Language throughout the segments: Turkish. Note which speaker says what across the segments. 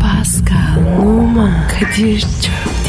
Speaker 1: Pascal, Oman, Kadir çok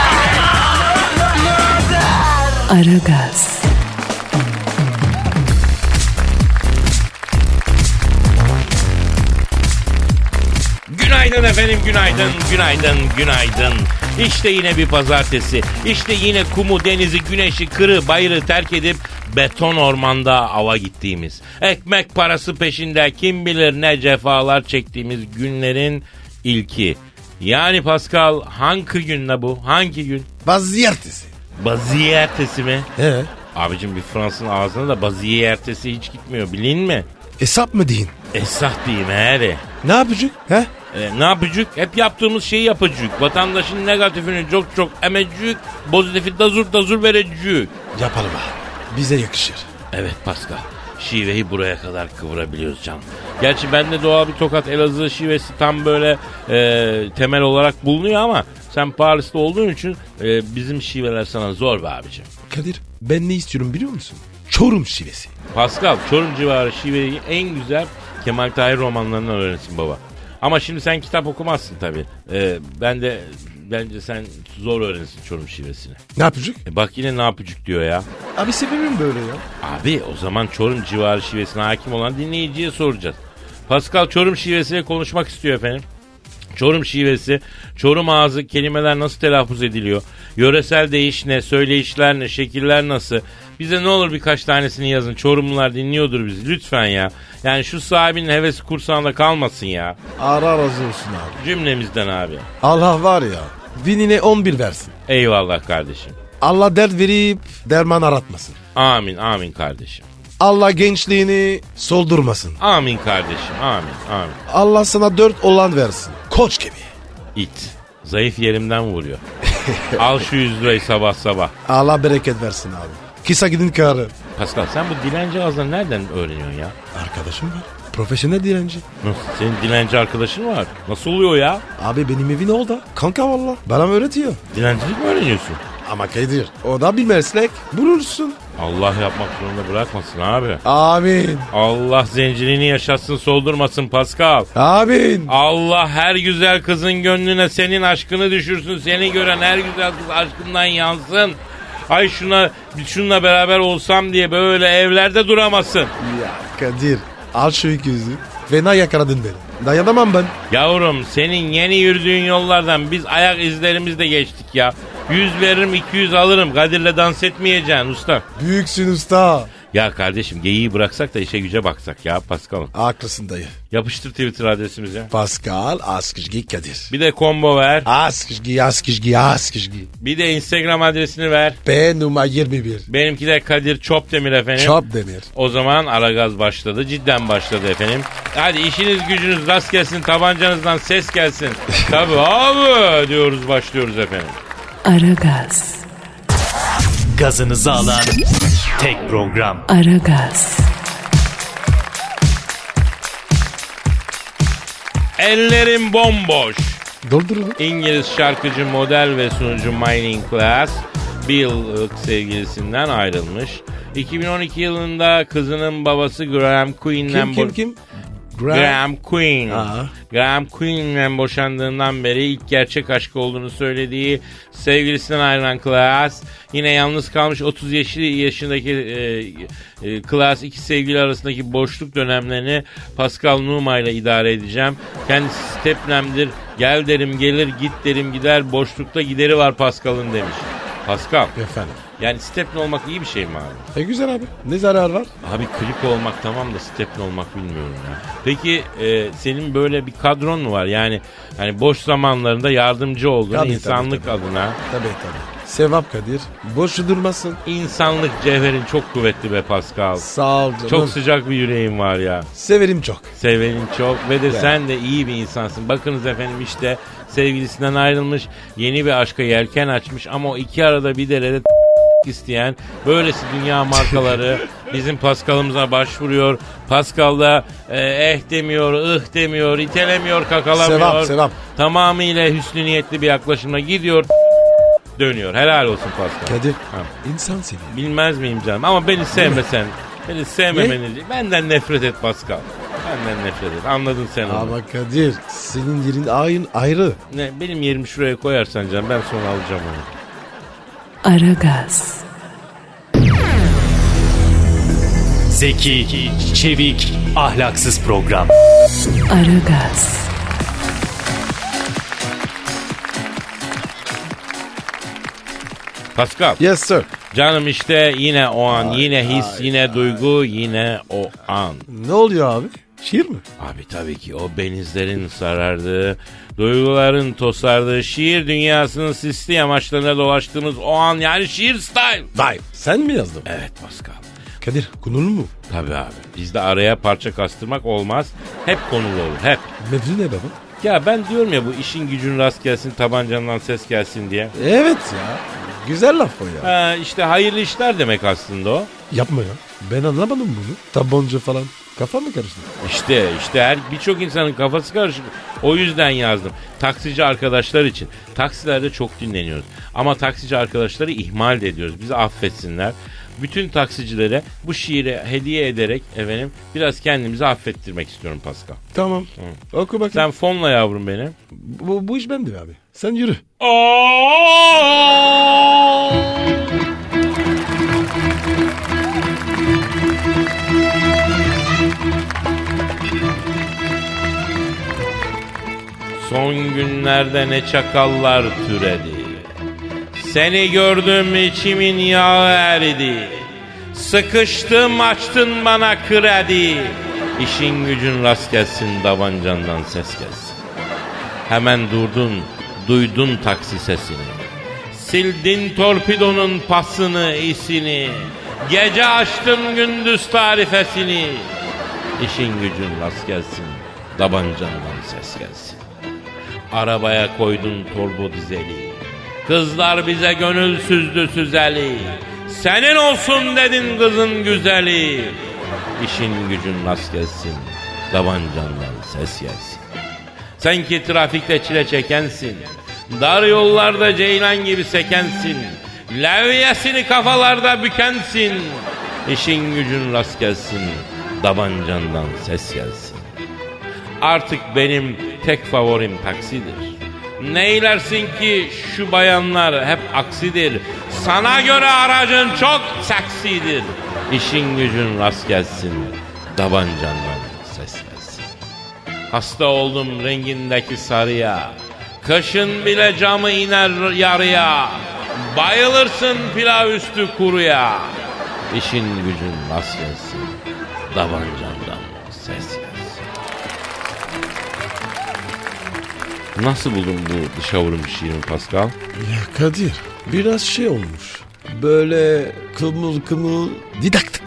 Speaker 1: Aragaz,
Speaker 2: Günaydın efendim, günaydın, günaydın, günaydın. İşte yine bir pazartesi. İşte yine kumu, denizi, güneşi, kırı, bayırı terk edip beton ormanda ava gittiğimiz. Ekmek parası peşinde kim bilir ne cefalar çektiğimiz günlerin ilki. Yani Pascal hangi gün la bu? Hangi gün?
Speaker 3: Bazı ertesi.
Speaker 2: Baziye ertesi mi?
Speaker 3: He.
Speaker 2: Abicim bir Fransızın ağzına da baziye ertesi hiç gitmiyor bilin mi?
Speaker 3: Hesap mı deyin?
Speaker 2: Esah diyeyim hadi.
Speaker 3: Ne yapacak? He?
Speaker 2: E, ne yapıcık? Hep yaptığımız şeyi yapıcık. Vatandaşın negatifini çok çok emecik, pozitifi dazur dazur verecik.
Speaker 3: Yapalım abi. Bize yakışır.
Speaker 2: Evet Pascal. Şiveyi buraya kadar kıvırabiliyoruz canım. Gerçi bende doğal bir tokat Elazığ şivesi tam böyle e, temel olarak bulunuyor ama sen Paris'te olduğun için e, bizim şiveler sana zor be abicim.
Speaker 3: Kadir ben ne istiyorum biliyor musun? Çorum şivesi.
Speaker 2: Pascal Çorum civarı şiveyi en güzel Kemal Tahir romanlarından öğrensin baba. Ama şimdi sen kitap okumazsın tabii. Ee, ben de bence sen zor öğrenirsin Çorum şivesini.
Speaker 3: Ne yapacak?
Speaker 2: E bak yine ne yapıcık diyor ya.
Speaker 3: Abi sebebim böyle ya.
Speaker 2: Abi o zaman Çorum civarı şivesine hakim olan dinleyiciye soracağız. Pascal Çorum şivesiyle konuşmak istiyor efendim. Çorum şivesi, çorum ağzı kelimeler nasıl telaffuz ediliyor? Yöresel değiş ne, söyleyişler ne, şekiller nasıl? Bize ne olur birkaç tanesini yazın. Çorumlular dinliyordur bizi lütfen ya. Yani şu sahibinin hevesi kursağında kalmasın ya.
Speaker 3: Ara razı olsun abi.
Speaker 2: Cümlemizden abi.
Speaker 3: Allah var ya. Dinine 11 versin.
Speaker 2: Eyvallah kardeşim.
Speaker 3: Allah dert verip derman aratmasın.
Speaker 2: Amin amin kardeşim.
Speaker 3: Allah gençliğini soldurmasın.
Speaker 2: Amin kardeşim amin amin.
Speaker 3: Allah sana dört olan versin. Koç gibi.
Speaker 2: İt. Zayıf yerimden vuruyor. Al şu 100 lirayı sabah sabah.
Speaker 3: Allah bereket versin abi. Kisa gidin karı.
Speaker 2: Pascal sen bu dilenci ağzını nereden öğreniyorsun ya?
Speaker 3: Arkadaşım var. Profesyonel dilenci.
Speaker 2: Nasıl? Senin dilenci arkadaşın var. Nasıl oluyor ya?
Speaker 3: Abi benim evin oldu. Kanka valla. Bana mı öğretiyor?
Speaker 2: Dilencilik mi öğreniyorsun?
Speaker 3: Ama Kadir. O da bir meslek. Bulursun.
Speaker 2: Allah yapmak zorunda bırakmasın abi.
Speaker 3: Amin.
Speaker 2: Allah zenciliğini yaşatsın soldurmasın Pascal.
Speaker 3: Amin.
Speaker 2: Allah her güzel kızın gönlüne senin aşkını düşürsün. Seni gören her güzel kız aşkından yansın. Ay şuna şunla beraber olsam diye böyle evlerde duramasın.
Speaker 3: Ya Kadir. Al şu iki yüzü. Fena yakaladın beni. Dayanamam ben.
Speaker 2: Yavrum senin yeni yürüdüğün yollardan biz ayak izlerimizle geçtik ya. 100 veririm 200 alırım. Kadir'le dans etmeyeceksin usta.
Speaker 3: Büyüksün usta.
Speaker 2: Ya kardeşim geyiği bıraksak da işe güce baksak ya Pascal.
Speaker 3: Haklısın dayı.
Speaker 2: Yapıştır Twitter adresimize.
Speaker 3: Pascal Askışgi Kadir.
Speaker 2: Bir de combo ver.
Speaker 3: Askışgi Askışgi Askışgi.
Speaker 2: Bir de Instagram adresini ver.
Speaker 3: P numara 21.
Speaker 2: Benimki de Kadir Çopdemir efendim.
Speaker 3: Çap demir.
Speaker 2: O zaman Aragaz başladı. Cidden başladı efendim. Hadi işiniz gücünüz rast gelsin. Tabancanızdan ses gelsin. Tabii abi diyoruz başlıyoruz efendim.
Speaker 1: Aragaz,
Speaker 4: gazınızı alan tek program.
Speaker 1: Aragaz,
Speaker 2: Ellerim bomboş.
Speaker 3: Doldurun.
Speaker 2: İngiliz şarkıcı, model ve sunucu Mining Class Bill Hook sevgilisinden ayrılmış. 2012 yılında kızının babası Graham Queen'den
Speaker 3: Kim kim
Speaker 2: bo-
Speaker 3: kim?
Speaker 2: Graham Queen.
Speaker 3: Aa.
Speaker 2: Graham Queen'den boşandığından beri ilk gerçek aşkı olduğunu söylediği sevgilisinden ayrılan Class yine yalnız kalmış 30 yaşı yaşındaki e, e, Class iki sevgili arasındaki boşluk dönemlerini Pascal Numa ile idare edeceğim. Kendisi stepnemdir. Gel derim gelir git derim gider boşlukta gideri var Pascal'ın demiş. Pascal
Speaker 3: Efendim.
Speaker 2: yani stepne olmak iyi bir şey mi abi?
Speaker 3: E güzel abi. Ne zarar var?
Speaker 2: Abi klik olmak tamam da stepne olmak bilmiyorum ya. Peki e, senin böyle bir kadron mu var? Yani hani boş zamanlarında yardımcı olduğun
Speaker 3: Tabii,
Speaker 2: insanlık adına.
Speaker 3: Tabii tabii. Sevap Kadir. Boş durmasın.
Speaker 2: İnsanlık cevherin çok kuvvetli be Pascal.
Speaker 3: Sağ ol canım.
Speaker 2: Çok sıcak bir yüreğin var ya.
Speaker 3: Severim çok.
Speaker 2: Sevenin çok ve de sen de iyi bir insansın. Bakınız efendim işte sevgilisinden ayrılmış, yeni bir aşka yelken açmış ama o iki arada bir derede isteyen böylesi dünya markaları bizim Pascal'ımıza başvuruyor. Pascal da e, eh demiyor, ıh demiyor, itelemiyor, kakalamıyor.
Speaker 3: Sevap, sevap.
Speaker 2: Tamamıyla hüsnü niyetli bir yaklaşımla gidiyor dönüyor. Helal olsun Pascal.
Speaker 3: Kadir.
Speaker 2: Ha.
Speaker 3: İnsan seviyor.
Speaker 2: Bilmez miyim canım? Ama beni sevmesen. beni sevmemeni. Benden nefret et Pascal. Benden nefret et. Anladın sen onu.
Speaker 3: Ama Kadir senin yerin ayın ayrı.
Speaker 2: Ne, benim yerimi şuraya koyarsan canım ben sonra alacağım onu.
Speaker 1: Aragaz,
Speaker 4: Zeki, çevik, ahlaksız program.
Speaker 1: Aragaz,
Speaker 2: Pascal.
Speaker 3: Yes sir.
Speaker 2: Canım işte yine o an. yine his, yine duygu, yine o an.
Speaker 3: Ne oluyor abi? Şiir mi?
Speaker 2: Abi tabii ki o benizlerin sarardığı, duyguların tosardığı, şiir dünyasının sisli yamaçlarına dolaştığımız o an yani şiir style.
Speaker 3: Vay. Sen mi yazdın?
Speaker 2: Evet Pascal.
Speaker 3: Kadir konulu mu?
Speaker 2: Tabii abi. Bizde araya parça kastırmak olmaz. Hep konulu olur. Hep.
Speaker 3: Mevzu ne baba?
Speaker 2: Ya ben diyorum ya bu işin gücün rast gelsin tabancandan ses gelsin diye.
Speaker 3: Evet ya. Güzel laf o ya.
Speaker 2: Ha, işte hayırlı işler demek aslında o.
Speaker 3: Yapma ya. Ben anlamadım bunu. Tabanca falan. Kafa mı karıştı?
Speaker 2: İşte işte her birçok insanın kafası karışık. O yüzden yazdım. Taksici arkadaşlar için. Taksilerde çok dinleniyoruz. Ama taksici arkadaşları ihmal de ediyoruz. Bizi affetsinler. Bütün taksicilere bu şiiri hediye ederek efendim biraz kendimizi affettirmek istiyorum Pascal.
Speaker 3: Tamam. Oku bakayım.
Speaker 2: Sen fonla yavrum benim.
Speaker 3: Bu, bu iş bende abi. Sen yürü.
Speaker 2: Son günlerde ne çakallar türedi. Seni gördüm içimin yağı eridi. Sıkıştım açtın bana kredi. İşin gücün rast gelsin davancandan ses gelsin. Hemen durdun, duydun taksi sesini. Sildin torpidonun pasını, isini. Gece açtın gündüz tarifesini. İşin gücün rast gelsin, dabancandan ses gelsin. Arabaya koydun torbo dizeli. Kızlar bize gönül süzdü süzeli. Senin olsun dedin kızın güzeli. İşin gücün rast gelsin, davancandan ses gelsin. Sen ki trafikte çile çekensin. Dar yollarda ceylan gibi sekensin. Levyesini kafalarda bükensin. İşin gücün rast gelsin. Davancandan ses gelsin. Artık benim tek favorim taksidir. Neylersin ki şu bayanlar hep aksidir. Sana göre aracın çok seksidir. İşin gücün rast gelsin. Davancandan ses gelsin. Hasta oldum rengindeki sarıya. Kışın bile camı iner yarıya. Bayılırsın pilav üstü kuruya. İşin gücün nasıl gelsin. Davancandan ses gelsin. Nasıl buldun bu dışavurun şiirini Pascal?
Speaker 3: Ya Kadir biraz şey olmuş. Böyle kımıl kımıl didaktik.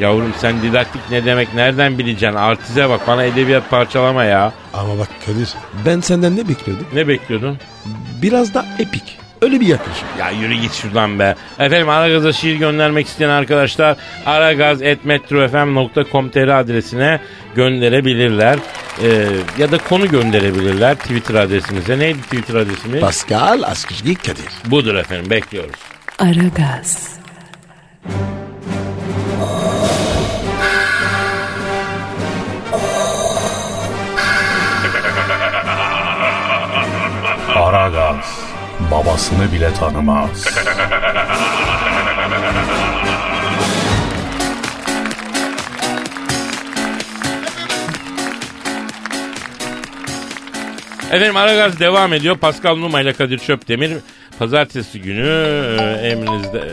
Speaker 2: Yavrum sen didaktik ne demek nereden bileceksin? Artize bak bana edebiyat parçalama ya.
Speaker 3: Ama bak Kadir ben senden ne bekliyordum?
Speaker 2: Ne bekliyordun?
Speaker 3: Biraz da epik. Öyle bir yaklaşım.
Speaker 2: Ya yürü git şuradan be. Efendim Aragaz'a şiir göndermek isteyen arkadaşlar aragaz.metrofm.com.tr adresine gönderebilirler. Ee, ya da konu gönderebilirler Twitter adresimize. Neydi Twitter adresimiz?
Speaker 3: Pascal Askışgi Kadir.
Speaker 2: Budur efendim bekliyoruz.
Speaker 1: Aragaz,
Speaker 5: Aragaz babasını bile tanımaz.
Speaker 2: Efendim Aragaz devam ediyor. Pascal Numa ile Kadir Çöptemir. Pazartesi günü e, emrinizdeler.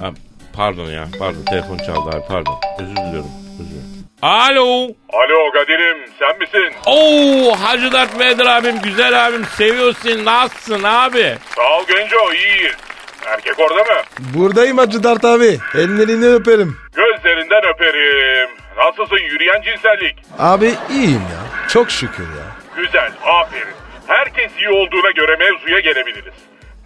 Speaker 2: Ha, pardon ya pardon telefon çaldı abi pardon. Özür diliyorum. Özür diliyorum. Alo.
Speaker 6: Alo Kadir'im sen misin?
Speaker 2: Oo Hacı Dert Vedir abim güzel abim seviyorsun seni. Nasılsın abi?
Speaker 6: Sağ ol Genco iyi. Erkek orada mı?
Speaker 3: Buradayım Hacı Dert abi. Ellerini öperim.
Speaker 6: Gözlerinden öperim. Nasılsın yürüyen cinsellik?
Speaker 3: Abi iyiyim ya. Çok şükür ya.
Speaker 6: Güzel, aferin. Herkes iyi olduğuna göre mevzuya gelebiliriz.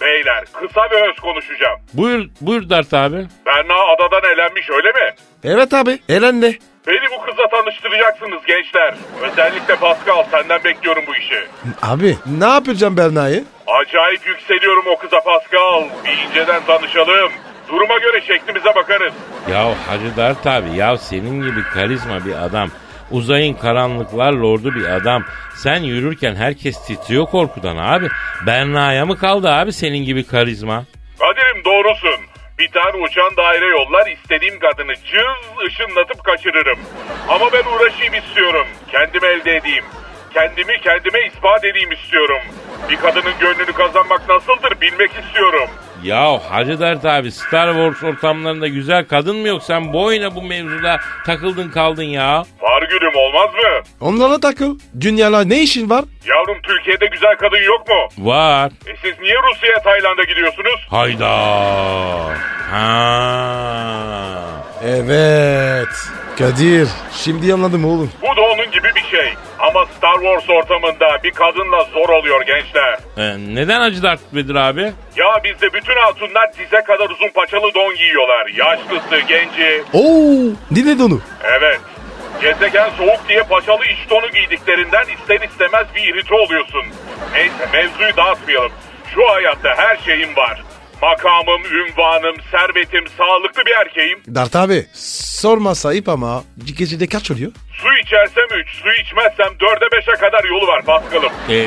Speaker 6: Beyler kısa ve öz konuşacağım.
Speaker 2: Buyur, buyur Dert abi.
Speaker 6: Berna adadan elenmiş öyle mi?
Speaker 3: Evet abi. Eren de.
Speaker 6: Beni bu kıza tanıştıracaksınız gençler. Özellikle Pascal senden bekliyorum bu işi.
Speaker 3: Abi ne yapacağım Berna'yı?
Speaker 6: Acayip yükseliyorum o kıza Pascal. Bir inceden tanışalım. Duruma göre şeklimize bakarız.
Speaker 2: Ya Hacı Dert abi ya senin gibi karizma bir adam. Uzayın karanlıklar lordu bir adam. Sen yürürken herkes titriyor korkudan abi. Berna'ya mı kaldı abi senin gibi karizma?
Speaker 6: Kadir'im doğrusun. Bir tane uçan daire yollar istediğim kadını cız ışınlatıp kaçırırım. Ama ben uğraşayım istiyorum. Kendimi elde edeyim. Kendimi kendime ispat edeyim istiyorum. Bir kadının gönlünü kazanmak nasıldır bilmek istiyorum.
Speaker 2: Ya Hacı Dert abi Star Wars ortamlarında güzel kadın mı yok? Sen boyuna bu mevzuda takıldın kaldın ya.
Speaker 6: Var gülüm olmaz mı?
Speaker 3: Onlara takıl. Dünyala ne işin var?
Speaker 6: Yavrum Türkiye'de güzel kadın yok mu?
Speaker 2: Var.
Speaker 6: E siz niye Rusya'ya Tayland'a gidiyorsunuz?
Speaker 2: Hayda. Ha.
Speaker 3: Evet. Kadir. Şimdi anladım oğlum.
Speaker 6: Bu da onun gibi bir şey. Ama Star Wars ortamında bir kadınla zor oluyor gençler.
Speaker 2: Ee, neden Hacı Dert Bedir abi?
Speaker 6: Ya bizde bütün hatunlar dize kadar uzun paçalı don giyiyorlar. Yaşlısı, genci.
Speaker 3: Oo, dinle onu.
Speaker 6: Evet. Gezegen soğuk diye paçalı iç donu giydiklerinden ister istemez bir irite oluyorsun. Neyse mevzuyu dağıtmayalım. Şu hayatta her şeyim var. Makamım, ünvanım, servetim, sağlıklı bir erkeğim.
Speaker 3: Dert abi sorma sayıp ama gecede kaç oluyor?
Speaker 6: Su içersem 3, su içmezsem 4'e 5'e kadar yolu var Paskal'ım.
Speaker 2: Ee,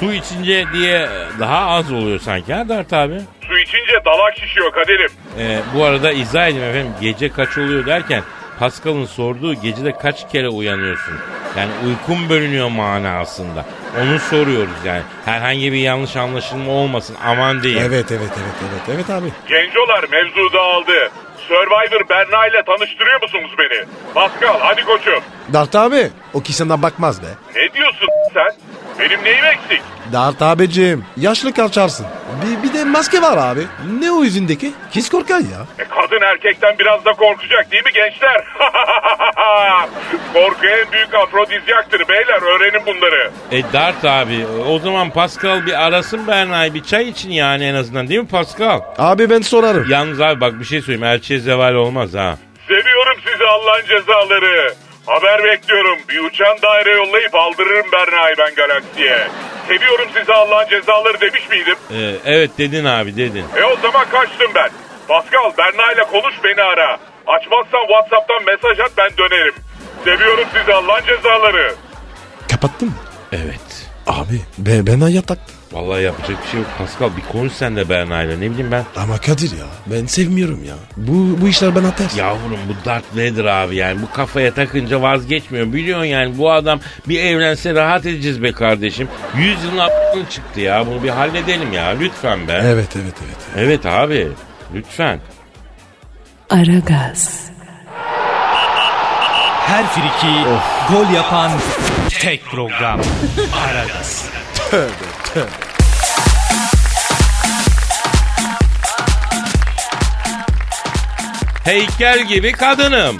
Speaker 2: su içince diye daha az oluyor sanki ha Dert abi?
Speaker 6: Su içince dalak şişiyor kaderim.
Speaker 2: Ee, bu arada izah edeyim efendim gece kaç oluyor derken Pascal'ın sorduğu gecede kaç kere uyanıyorsun? Yani uykun bölünüyor manasında. Onu soruyoruz yani. Herhangi bir yanlış anlaşılma olmasın aman diyeyim.
Speaker 3: Evet evet evet evet evet abi.
Speaker 6: Gencolar mevzu dağıldı. Survivor Berna ile tanıştırıyor musunuz beni? Pascal hadi koçum.
Speaker 3: Dert abi o ki sana bakmaz be.
Speaker 6: Ne diyorsun sen? Benim neyim eksik?
Speaker 3: Dert abicim yaşlı kalçarsın. Bir, bir de maske var abi. Ne o yüzündeki? Kız korkar ya.
Speaker 6: E, kadın erkekten biraz da korkacak değil mi gençler? Korku en büyük afrodizyaktır beyler öğrenin bunları.
Speaker 2: E Dart abi o zaman Pascal bir arasın Berna'yı bir çay için yani en azından değil mi Pascal?
Speaker 3: Abi ben sorarım.
Speaker 2: Yalnız abi bak bir şey söyleyeyim elçiye zeval olmaz ha.
Speaker 6: Seviyorum sizi Allah'ın cezaları. Haber bekliyorum. Bir uçan daire yollayıp aldırırım Berna'yı ben galaksiye. Seviyorum sizi Allah'ın cezaları demiş miydim?
Speaker 2: E, evet dedin abi dedin.
Speaker 6: E o zaman kaçtım ben. Pascal Berna ile konuş beni ara. Açmazsan Whatsapp'tan mesaj at ben dönerim. Seviyorum sizi Allah'ın cezaları.
Speaker 3: Kapattın mı?
Speaker 2: Evet.
Speaker 3: Abi ben, ben yatak.
Speaker 2: Vallahi yapacak bir şey yok Pascal bir konuş sen de Berna'yla ne bileyim ben.
Speaker 3: Ama Kadir ya ben sevmiyorum ya. Bu, bu işler bana ters.
Speaker 2: Yavrum bu Darth Vader abi yani bu kafaya takınca vazgeçmiyor. Biliyorsun yani bu adam bir evlense rahat edeceğiz be kardeşim. 100 yılın a**ını çıktı ya bunu bir halledelim ya lütfen be. Evet,
Speaker 3: Evet evet evet.
Speaker 2: abi lütfen.
Speaker 1: Aragaz,
Speaker 4: Her friki gol yapan tek program. Aragaz.
Speaker 2: Heykel gibi kadınım.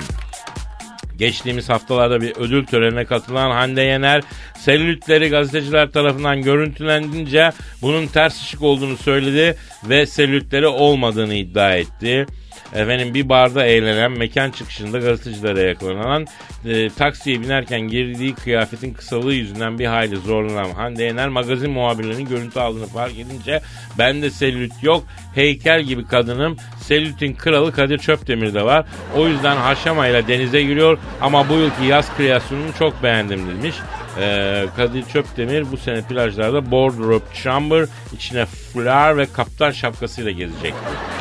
Speaker 2: Geçtiğimiz haftalarda bir ödül törenine katılan Hande Yener selülitleri gazeteciler tarafından görüntülenince bunun ters ışık olduğunu söyledi ve selülitleri olmadığını iddia etti. Efendim bir barda eğlenen mekan çıkışında gazetecilere yakalanan e, taksiye binerken girdiği kıyafetin kısalığı yüzünden bir hayli zorlanan Hande Yener magazin muhabirlerinin görüntü aldığını fark edince bende selülit yok heykel gibi kadınım selülitin kralı Kadir Çöpdemir'de var o yüzden haşamayla denize giriyor ama bu yılki yaz kreasyonunu çok beğendim demiş. Ee, Kadir Çöpdemir bu sene plajlarda Boardrobe Chamber içine fular ve kaptan şapkasıyla gezecek.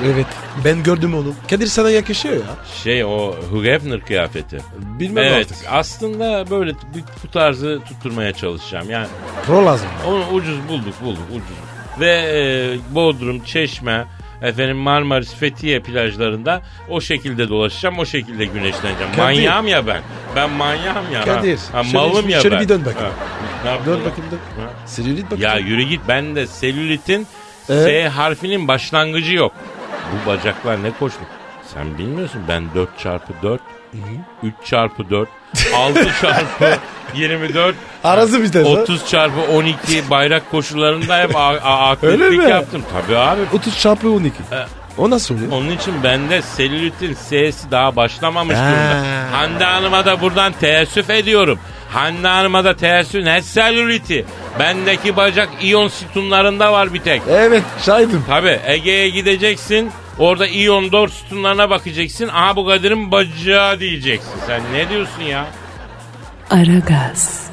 Speaker 3: Evet ben gördüm onu. Kadir sana yakışıyor ya.
Speaker 2: Şey o Hugh Hefner kıyafeti.
Speaker 3: Bilmem
Speaker 2: evet
Speaker 3: artık.
Speaker 2: aslında böyle t- bu, bu tarzı tutturmaya çalışacağım. Yani
Speaker 3: Pro lazım.
Speaker 2: onu ucuz bulduk bulduk ucuz. Ve e, Bodrum, Çeşme, efendim Marmaris, Fethiye plajlarında o şekilde dolaşacağım. O şekilde güneşleneceğim.
Speaker 3: Kadir.
Speaker 2: Manyağım ya ben. Ben manyağım ya.
Speaker 3: Kadir,
Speaker 2: Ha,
Speaker 3: şöyle-
Speaker 2: malım ya
Speaker 3: şöyle
Speaker 2: ben.
Speaker 3: bir dön bakayım.
Speaker 2: Ne yaptın
Speaker 3: Dön
Speaker 2: lan?
Speaker 3: bakayım dön. Selülit bakayım.
Speaker 2: Ya yürü git ben de selülitin
Speaker 3: Ee?
Speaker 2: S harfinin başlangıcı yok. Bu bacaklar ne koştuk. Sen bilmiyorsun ben 4 çarpı 4, 3 çarpı 4, 6 çarpı 24,
Speaker 3: Arası bir tane.
Speaker 2: 30 çarpı 12 bayrak koşularında hep a- a-
Speaker 3: Öyle
Speaker 2: atletik
Speaker 3: mi?
Speaker 2: yaptım. Tabii abi.
Speaker 3: 30 çarpı 12. O nasıl oluyor?
Speaker 2: Onun için bende selülitin S'si daha başlamamış durumda. Hande Hanım'a da buradan teessüf ediyorum. Hande Hanım'a da teessüf ne selüliti. Bendeki bacak iyon sütunlarında var bir tek.
Speaker 3: Evet şahidim.
Speaker 2: Tabi Ege'ye gideceksin. Orada iyon dor sütunlarına bakacaksın. Aha bu Kadir'in bacağı diyeceksin. Sen ne diyorsun ya?
Speaker 1: Aragaz,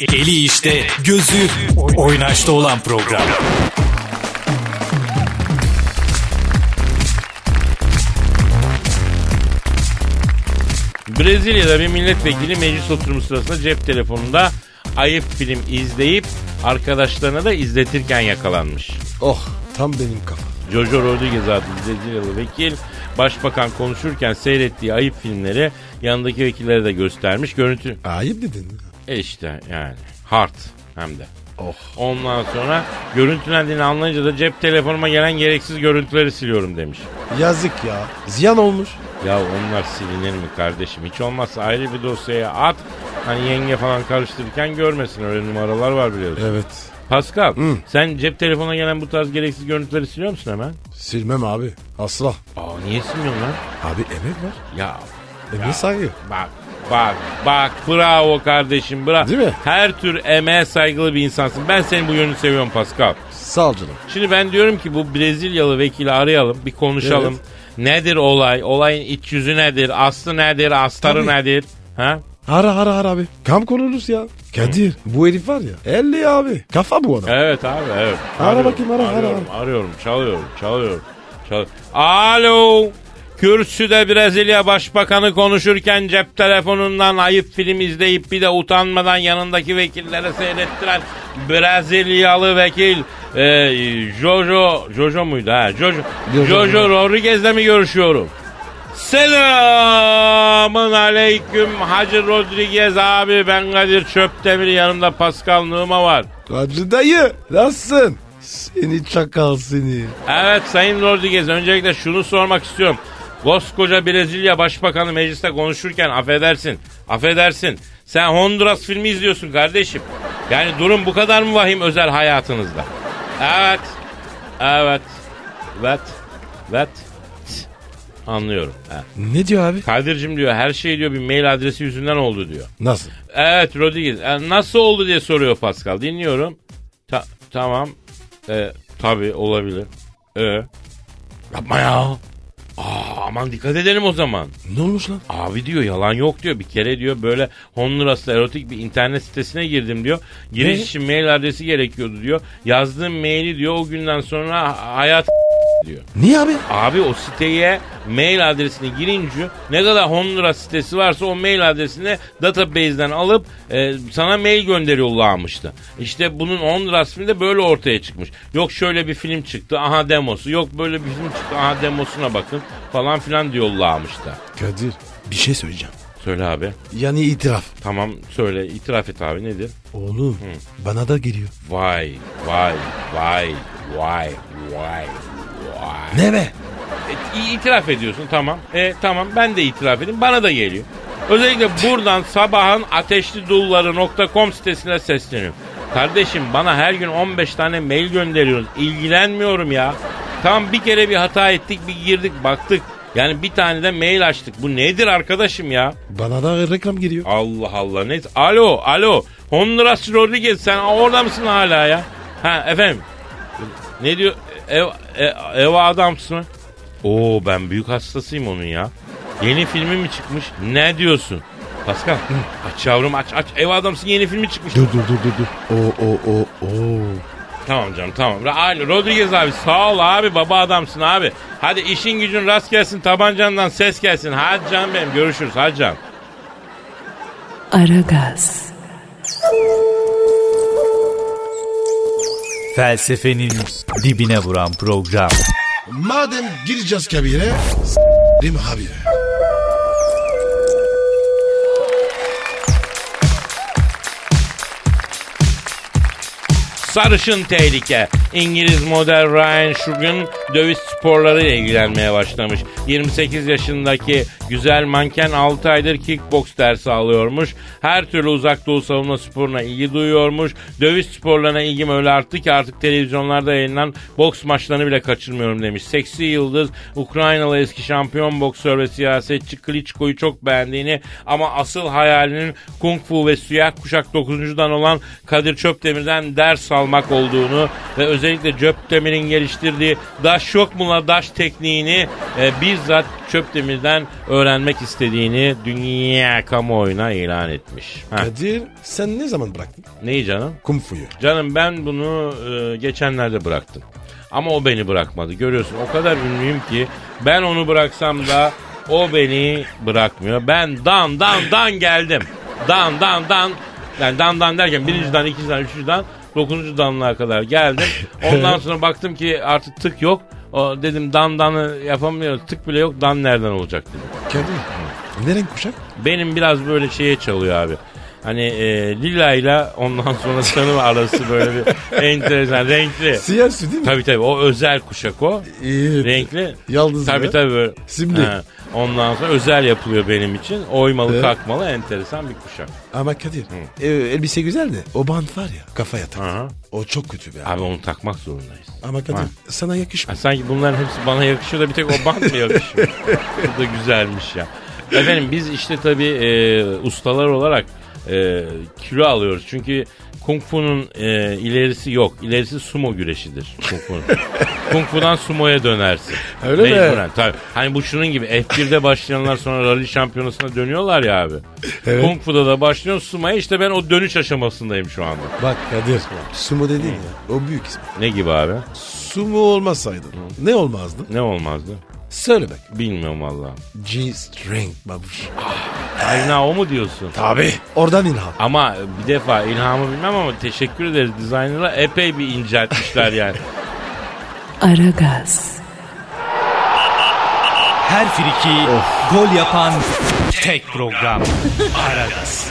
Speaker 4: Eli, eli işte, gözü oynaşta olan program.
Speaker 2: Brezilya'da bir milletvekili meclis oturumu sırasında cep telefonunda ayıp film izleyip arkadaşlarına da izletirken yakalanmış.
Speaker 3: Oh tam benim kafa.
Speaker 2: Jojo Rodriguez adlı Brezilyalı vekil başbakan konuşurken seyrettiği ayıp filmleri yanındaki vekillere de göstermiş. Görüntü
Speaker 3: Ayıp dedin. mi?
Speaker 2: E işte yani hard hem de. Ondan sonra görüntülendiğini anlayınca da cep telefonuma gelen gereksiz görüntüleri siliyorum demiş.
Speaker 3: Yazık ya. Ziyan olmuş.
Speaker 2: Ya onlar silinir mi kardeşim? Hiç olmazsa ayrı bir dosyaya at. Hani yenge falan karıştırırken görmesin öyle numaralar var biliyorsun.
Speaker 3: Evet.
Speaker 2: Pascal sen cep telefonuna gelen bu tarz gereksiz görüntüleri siliyor musun hemen?
Speaker 3: Silmem abi. Asla.
Speaker 2: Aa niye silmiyorsun lan?
Speaker 3: Abi emek var.
Speaker 2: Ya
Speaker 3: Emeğe saygı.
Speaker 2: Bak bak bak bravo kardeşim bravo.
Speaker 3: Değil mi?
Speaker 2: Her tür emeğe saygılı bir insansın. Ben senin bu yönünü seviyorum Pascal.
Speaker 3: Sağ ol canım.
Speaker 2: Şimdi ben diyorum ki bu Brezilyalı vekili arayalım bir konuşalım. Nedir olay? Olayın iç yüzü nedir? Aslı nedir? Astarı
Speaker 3: Tabii.
Speaker 2: nedir? Ha?
Speaker 3: Ara ara ara abi. Kam konuluruz ya. Kadir bu herif var ya. 50 abi. Kafa bu adam.
Speaker 2: Evet abi evet.
Speaker 3: Ara bakayım, ara, ara,
Speaker 2: arıyorum, Arıyorum çalıyorum çalıyorum. çalıyorum. Alo. Kürsüde Brezilya Başbakanı konuşurken cep telefonundan ayıp film izleyip bir de utanmadan yanındaki vekillere seyrettiren Brezilyalı vekil e, Jojo Jojo muydu ha? Jojo
Speaker 3: Jojo.
Speaker 2: Jojo Rodriguez'le mi görüşüyorum? Selamın aleyküm Hacı Rodriguez abi ben Kadir Çöptemir yanımda Pascal Numa var.
Speaker 3: Hacı dayı nasılsın? Seni çakal seni.
Speaker 2: Evet Sayın Rodriguez öncelikle şunu sormak istiyorum. Koskoca Brezilya Başbakanı mecliste konuşurken affedersin, affedersin. Sen Honduras filmi izliyorsun kardeşim. Yani durum bu kadar mı vahim özel hayatınızda? Evet, evet, evet, evet. Anlıyorum. Evet.
Speaker 3: Ne diyor abi?
Speaker 2: Kadir'cim diyor her şey diyor bir mail adresi yüzünden oldu diyor.
Speaker 3: Nasıl?
Speaker 2: Evet Rodriguez. E, Nasıl oldu diye soruyor Pascal. Dinliyorum. Ta- tamam. E, tabii olabilir. E, yapma ya. Aa, aman dikkat edelim o zaman.
Speaker 3: Ne olmuş lan?
Speaker 2: Abi diyor yalan yok diyor. Bir kere diyor böyle Honduras'ta erotik bir internet sitesine girdim diyor. Giriş
Speaker 3: Ne?
Speaker 2: için mail adresi gerekiyordu diyor. Yazdığım maili diyor o günden sonra hayat diyor.
Speaker 3: Niye abi?
Speaker 2: Abi o siteye mail adresini girince ne kadar Honduras sitesi varsa o mail adresini database'den alıp e, sana mail gönderiyorlarmıştı. İşte bunun Honduras filmi de böyle ortaya çıkmış. Yok şöyle bir film çıktı aha demosu yok böyle bir film çıktı aha demosuna bakın falan filan diyorlarmıştı.
Speaker 3: Kadir bir şey söyleyeceğim.
Speaker 2: Söyle abi.
Speaker 3: Yani itiraf.
Speaker 2: Tamam söyle itiraf et abi nedir?
Speaker 3: Oğlum bana da geliyor.
Speaker 2: Vay vay vay vay vay vay.
Speaker 3: Ne be?
Speaker 2: E, i- itiraf ediyorsun tamam. E, tamam ben de itiraf edeyim bana da geliyor. Özellikle buradan sabahın ateşlidulları.com sitesine sesleniyorum. Kardeşim bana her gün 15 tane mail gönderiyorsunuz. İlgilenmiyorum ya. Tam bir kere bir hata ettik bir girdik baktık. Yani bir tane de mail açtık. Bu nedir arkadaşim ya?
Speaker 3: Bana da reklam geliyor.
Speaker 2: Allah Allah ne? Alo alo. Honduras Rodriguez sen orada mısın hala ya? Ha efendim. Ne diyor? Ev, e- ev adamsın. mı? Oo ben büyük hastasıyım onun ya. Yeni filmi mi çıkmış? Ne diyorsun? Pascal aç yavrum aç aç. Ev adamsın yeni filmi çıkmış.
Speaker 3: Dur dur dur dur dur. Oo oo oo oo.
Speaker 2: Tamam canım tamam. Ra- Alo Rodriguez abi sağ ol abi baba adamsın abi. Hadi işin gücün rast gelsin tabancandan ses gelsin. Hadi canım benim görüşürüz hadi canım.
Speaker 1: Aragaz,
Speaker 4: Felsefenin dibine vuran program.
Speaker 3: Madem gireceğiz kabire s***im habire.
Speaker 2: Sarışın tehlike. İngiliz model Ryan Sugan döviz sporlarıyla ilgilenmeye başlamış. 28 yaşındaki güzel manken 6 aydır kickbox dersi alıyormuş. Her türlü uzak doğu savunma sporuna ilgi duyuyormuş. Döviz sporlarına ilgim öyle arttı ki artık televizyonlarda yayınlanan boks maçlarını bile kaçırmıyorum demiş. Seksi Yıldız Ukraynalı eski şampiyon boksör ve siyasetçi Klitschko'yu çok beğendiğini ama asıl hayalinin kung fu ve siyah kuşak 9. dan olan Kadir Çöpdemir'den ders almak olduğunu ve özellikle Çöpdemir'in geliştirdiği daş yok mu la daş tekniğini e, bizzat Çöpdemir'den öğrenmek istediğini dünya kamuoyuna ilan etmiş. Ha,
Speaker 3: Kadir sen ne zaman bıraktın?
Speaker 2: neyi canım?
Speaker 3: Kung Fu'yu.
Speaker 2: Canım ben bunu e, geçenlerde bıraktım. Ama o beni bırakmadı. Görüyorsun o kadar ünlüyüm ki ben onu bıraksam da o beni bırakmıyor. Ben dan dan dan geldim. Dan dan dan. Yani dan dan derken birinci dan, ikinci dan, üçüncü dan, dokuzuncu danlığa kadar geldim. Ondan sonra baktım ki artık tık yok. O, dedim dan danı yapamıyoruz. Tık bile yok. Dan nereden olacak dedim.
Speaker 3: Kadir Hmm. ne renk kuşak?
Speaker 2: Benim biraz böyle şeye çalıyor abi. Hani e, lila ile ondan sonra sanım arası böyle bir enteresan renkli.
Speaker 3: Siyah su değil mi?
Speaker 2: Tabii tabii o özel kuşak o.
Speaker 3: Evet.
Speaker 2: Renkli.
Speaker 3: Yaldızlı.
Speaker 2: Tabii tabii böyle.
Speaker 3: Simli.
Speaker 2: Ha, Ondan sonra özel yapılıyor benim için. Oymalı
Speaker 3: Evet.
Speaker 2: kalkmalı enteresan bir kuşak.
Speaker 3: Ama Kadir e, elbise güzel de o bant var ya kafaya tak.
Speaker 2: Aha.
Speaker 3: O çok kötü be.
Speaker 2: Abi onu takmak zorundayız.
Speaker 3: Ama Kadir
Speaker 2: Ha.
Speaker 3: sana yakışmıyor.
Speaker 2: Ha, sanki bunların hepsi bana yakışıyor da bir tek o bant mı yakışıyor? Bu da güzelmiş ya. Efendim biz işte tabii e, ustalar olarak e, kilo alıyoruz. Çünkü Kung Fu'nun e, ilerisi yok. İlerisi sumo güreşidir. Kung Fu'nun. Kung Fu'dan sumoya dönersin.
Speaker 3: Öyle mi?
Speaker 2: Mecburen. Tabii. Hani bu şunun gibi F1'de başlayanlar sonra rally şampiyonasına dönüyorlar ya abi. Kung Fu'da da başlıyorsun sumoya. İşte ben o dönüş aşamasındayım şu anda.
Speaker 3: Bak Kadir sumo dedin ya o büyük ismi.
Speaker 2: Ne gibi abi?
Speaker 3: Sumo olmasaydın ne olmazdı?
Speaker 2: Ne olmazdı?
Speaker 3: Söyle bak.
Speaker 2: Bilmiyorum vallahi.
Speaker 3: G-string babuş.
Speaker 2: Ayna o mu diyorsun?
Speaker 3: Tabi. Oradan ilham.
Speaker 2: Ama bir defa ilhamı bilmem ama teşekkür ederiz dizayner'a epey bir inceltmişler yani.
Speaker 1: Aragaz,
Speaker 4: Her friki gol yapan tek program. Aragaz.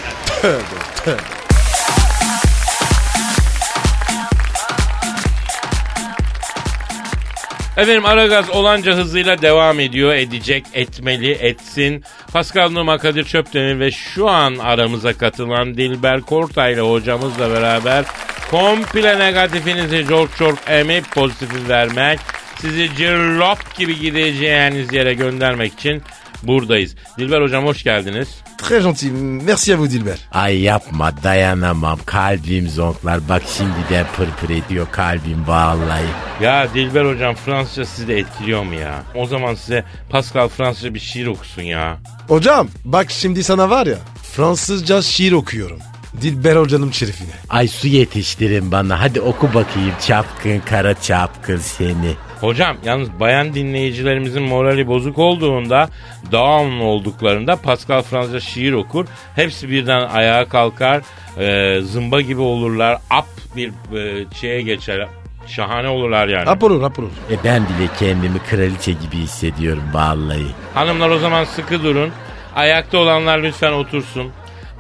Speaker 2: Efendim Aragaz olanca hızıyla devam ediyor. Edecek, etmeli, etsin. Pascal Numa, Kadir Çöptemir ve şu an aramıza katılan Dilber Kortay ile hocamızla beraber komple negatifinizi çok çok emip pozitifi vermek, sizi cillop gibi gideceğiniz yere göndermek için buradayız. Dilber hocam hoş geldiniz.
Speaker 3: Très gentil. Merci à vous Dilber.
Speaker 7: Ay yapma dayanamam kalbim zonklar bak şimdi de pırpır ediyor kalbim vallahi.
Speaker 2: Ya Dilber hocam Fransızca sizi de etkiliyor mu ya? O zaman size Pascal Fransızca bir şiir okusun ya.
Speaker 3: Hocam bak şimdi sana var ya Fransızca şiir okuyorum. Dilber hocanın şerifine.
Speaker 7: Ay su yetiştirin bana hadi oku bakayım çapkın kara çapkın seni.
Speaker 2: Hocam yalnız bayan dinleyicilerimizin morali bozuk olduğunda, down olduklarında Pascal Fransızca şiir okur. Hepsi birden ayağa kalkar, e, zımba gibi olurlar, up bir e, şeye geçer. Şahane olurlar yani.
Speaker 3: Rap olur rap olur.
Speaker 7: E ben bile kendimi kraliçe gibi hissediyorum vallahi.
Speaker 2: Hanımlar o zaman sıkı durun. Ayakta olanlar lütfen otursun.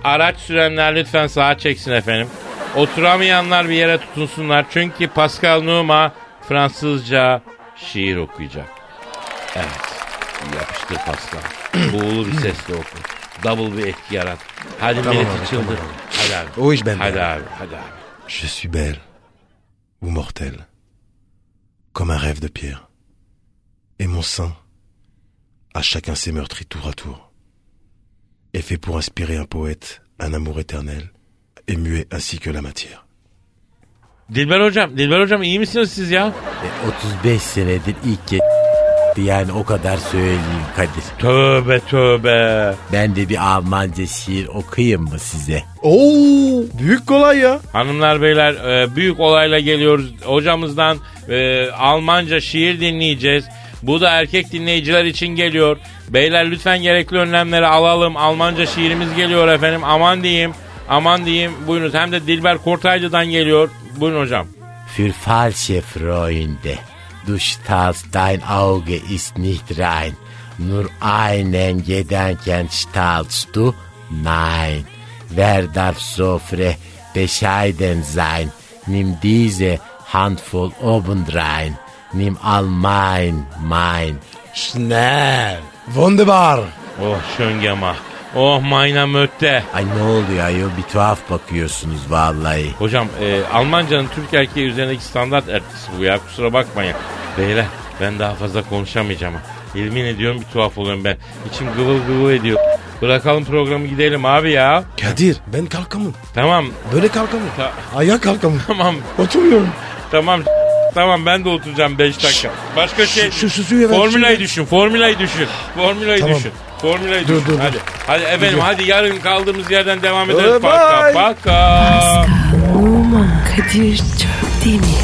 Speaker 2: Araç sürenler lütfen sağa çeksin efendim. Oturamayanlar bir yere tutunsunlar. Çünkü Pascal Numa Fransızca şiir okuyacak. Evet. Yapıştır Pascal. Buğulu bir sesle oku. Double bir etki yarat. Hadi milleti çıldır. Hadi abi.
Speaker 3: O iş bende.
Speaker 2: Hadi abi. Hadi abi.
Speaker 3: Je suis belle ou mortelle, comme un rêve de pierre. Et mon sein, à chacun ses meurtris tour à tour, est fait pour inspirer un poète, un amour éternel, et muet ainsi que la matière.
Speaker 2: Dilber hocam, Dilber hocam iyi misiniz siz ya?
Speaker 7: E, 35 senedir ilk ke yani o kadar söyleyeyim Kadir.
Speaker 2: Tövbe tövbe.
Speaker 7: Ben de bir Almanca şiir okuyayım mı size?
Speaker 3: Oh, büyük kolay ya.
Speaker 2: Hanımlar beyler e, büyük olayla geliyoruz. Hocamızdan e, Almanca şiir dinleyeceğiz. Bu da erkek dinleyiciler için geliyor. Beyler lütfen gerekli önlemleri alalım. Almanca şiirimiz geliyor efendim. Aman diyeyim. Aman diyeyim. Buyurunuz. Hem de Dilber Kortaylı'dan geliyor. Buyurun hocam.
Speaker 7: Für falsche Freunde. Du starrst, dein Auge ist nicht rein. Nur einen Gedanken strahlst du? Nein. Wer darf so fre- bescheiden sein? nimm diese Handvoll obendrein, nimm all mein, mein.
Speaker 3: Schnell. Wunderbar.
Speaker 2: Oh şöngema. Oh mayna mötte.
Speaker 7: Ay ne oluyor ayol bir tuhaf bakıyorsunuz vallahi.
Speaker 2: Hocam e, Almanca'nın Türk erkeği üzerindeki standart ertesi bu ya kusura bakmayın. Beyler ben daha fazla konuşamayacağım. ha. Yemin ediyorum bir tuhaf oluyorum ben. İçim gıvıl gıvıl ediyor. Bırakalım programı gidelim abi ya.
Speaker 3: Kadir ben kalkamam.
Speaker 2: Tamam
Speaker 3: Böyle kalkamam.
Speaker 2: Ta-
Speaker 3: Ayağa kalkamam.
Speaker 2: tamam
Speaker 3: Oturuyorum.
Speaker 2: tamam tamam ben de oturacağım 5 dakika. Başka şey
Speaker 3: şu- şu suyu ver,
Speaker 2: formülayı
Speaker 3: suyu ver.
Speaker 2: düşün formülayı düşün. Formülayı
Speaker 3: Tamam.
Speaker 2: düşün.
Speaker 3: Dur,
Speaker 2: Formülayı düşün.
Speaker 3: dur, dur.
Speaker 2: hadi. Hadi efendim hadi yarın kaldığımız yerden devam
Speaker 3: Bye
Speaker 2: ederiz. Paka
Speaker 3: bye.
Speaker 2: paka.
Speaker 1: Oman, Kadir çok değil mi?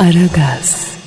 Speaker 1: Aragaz.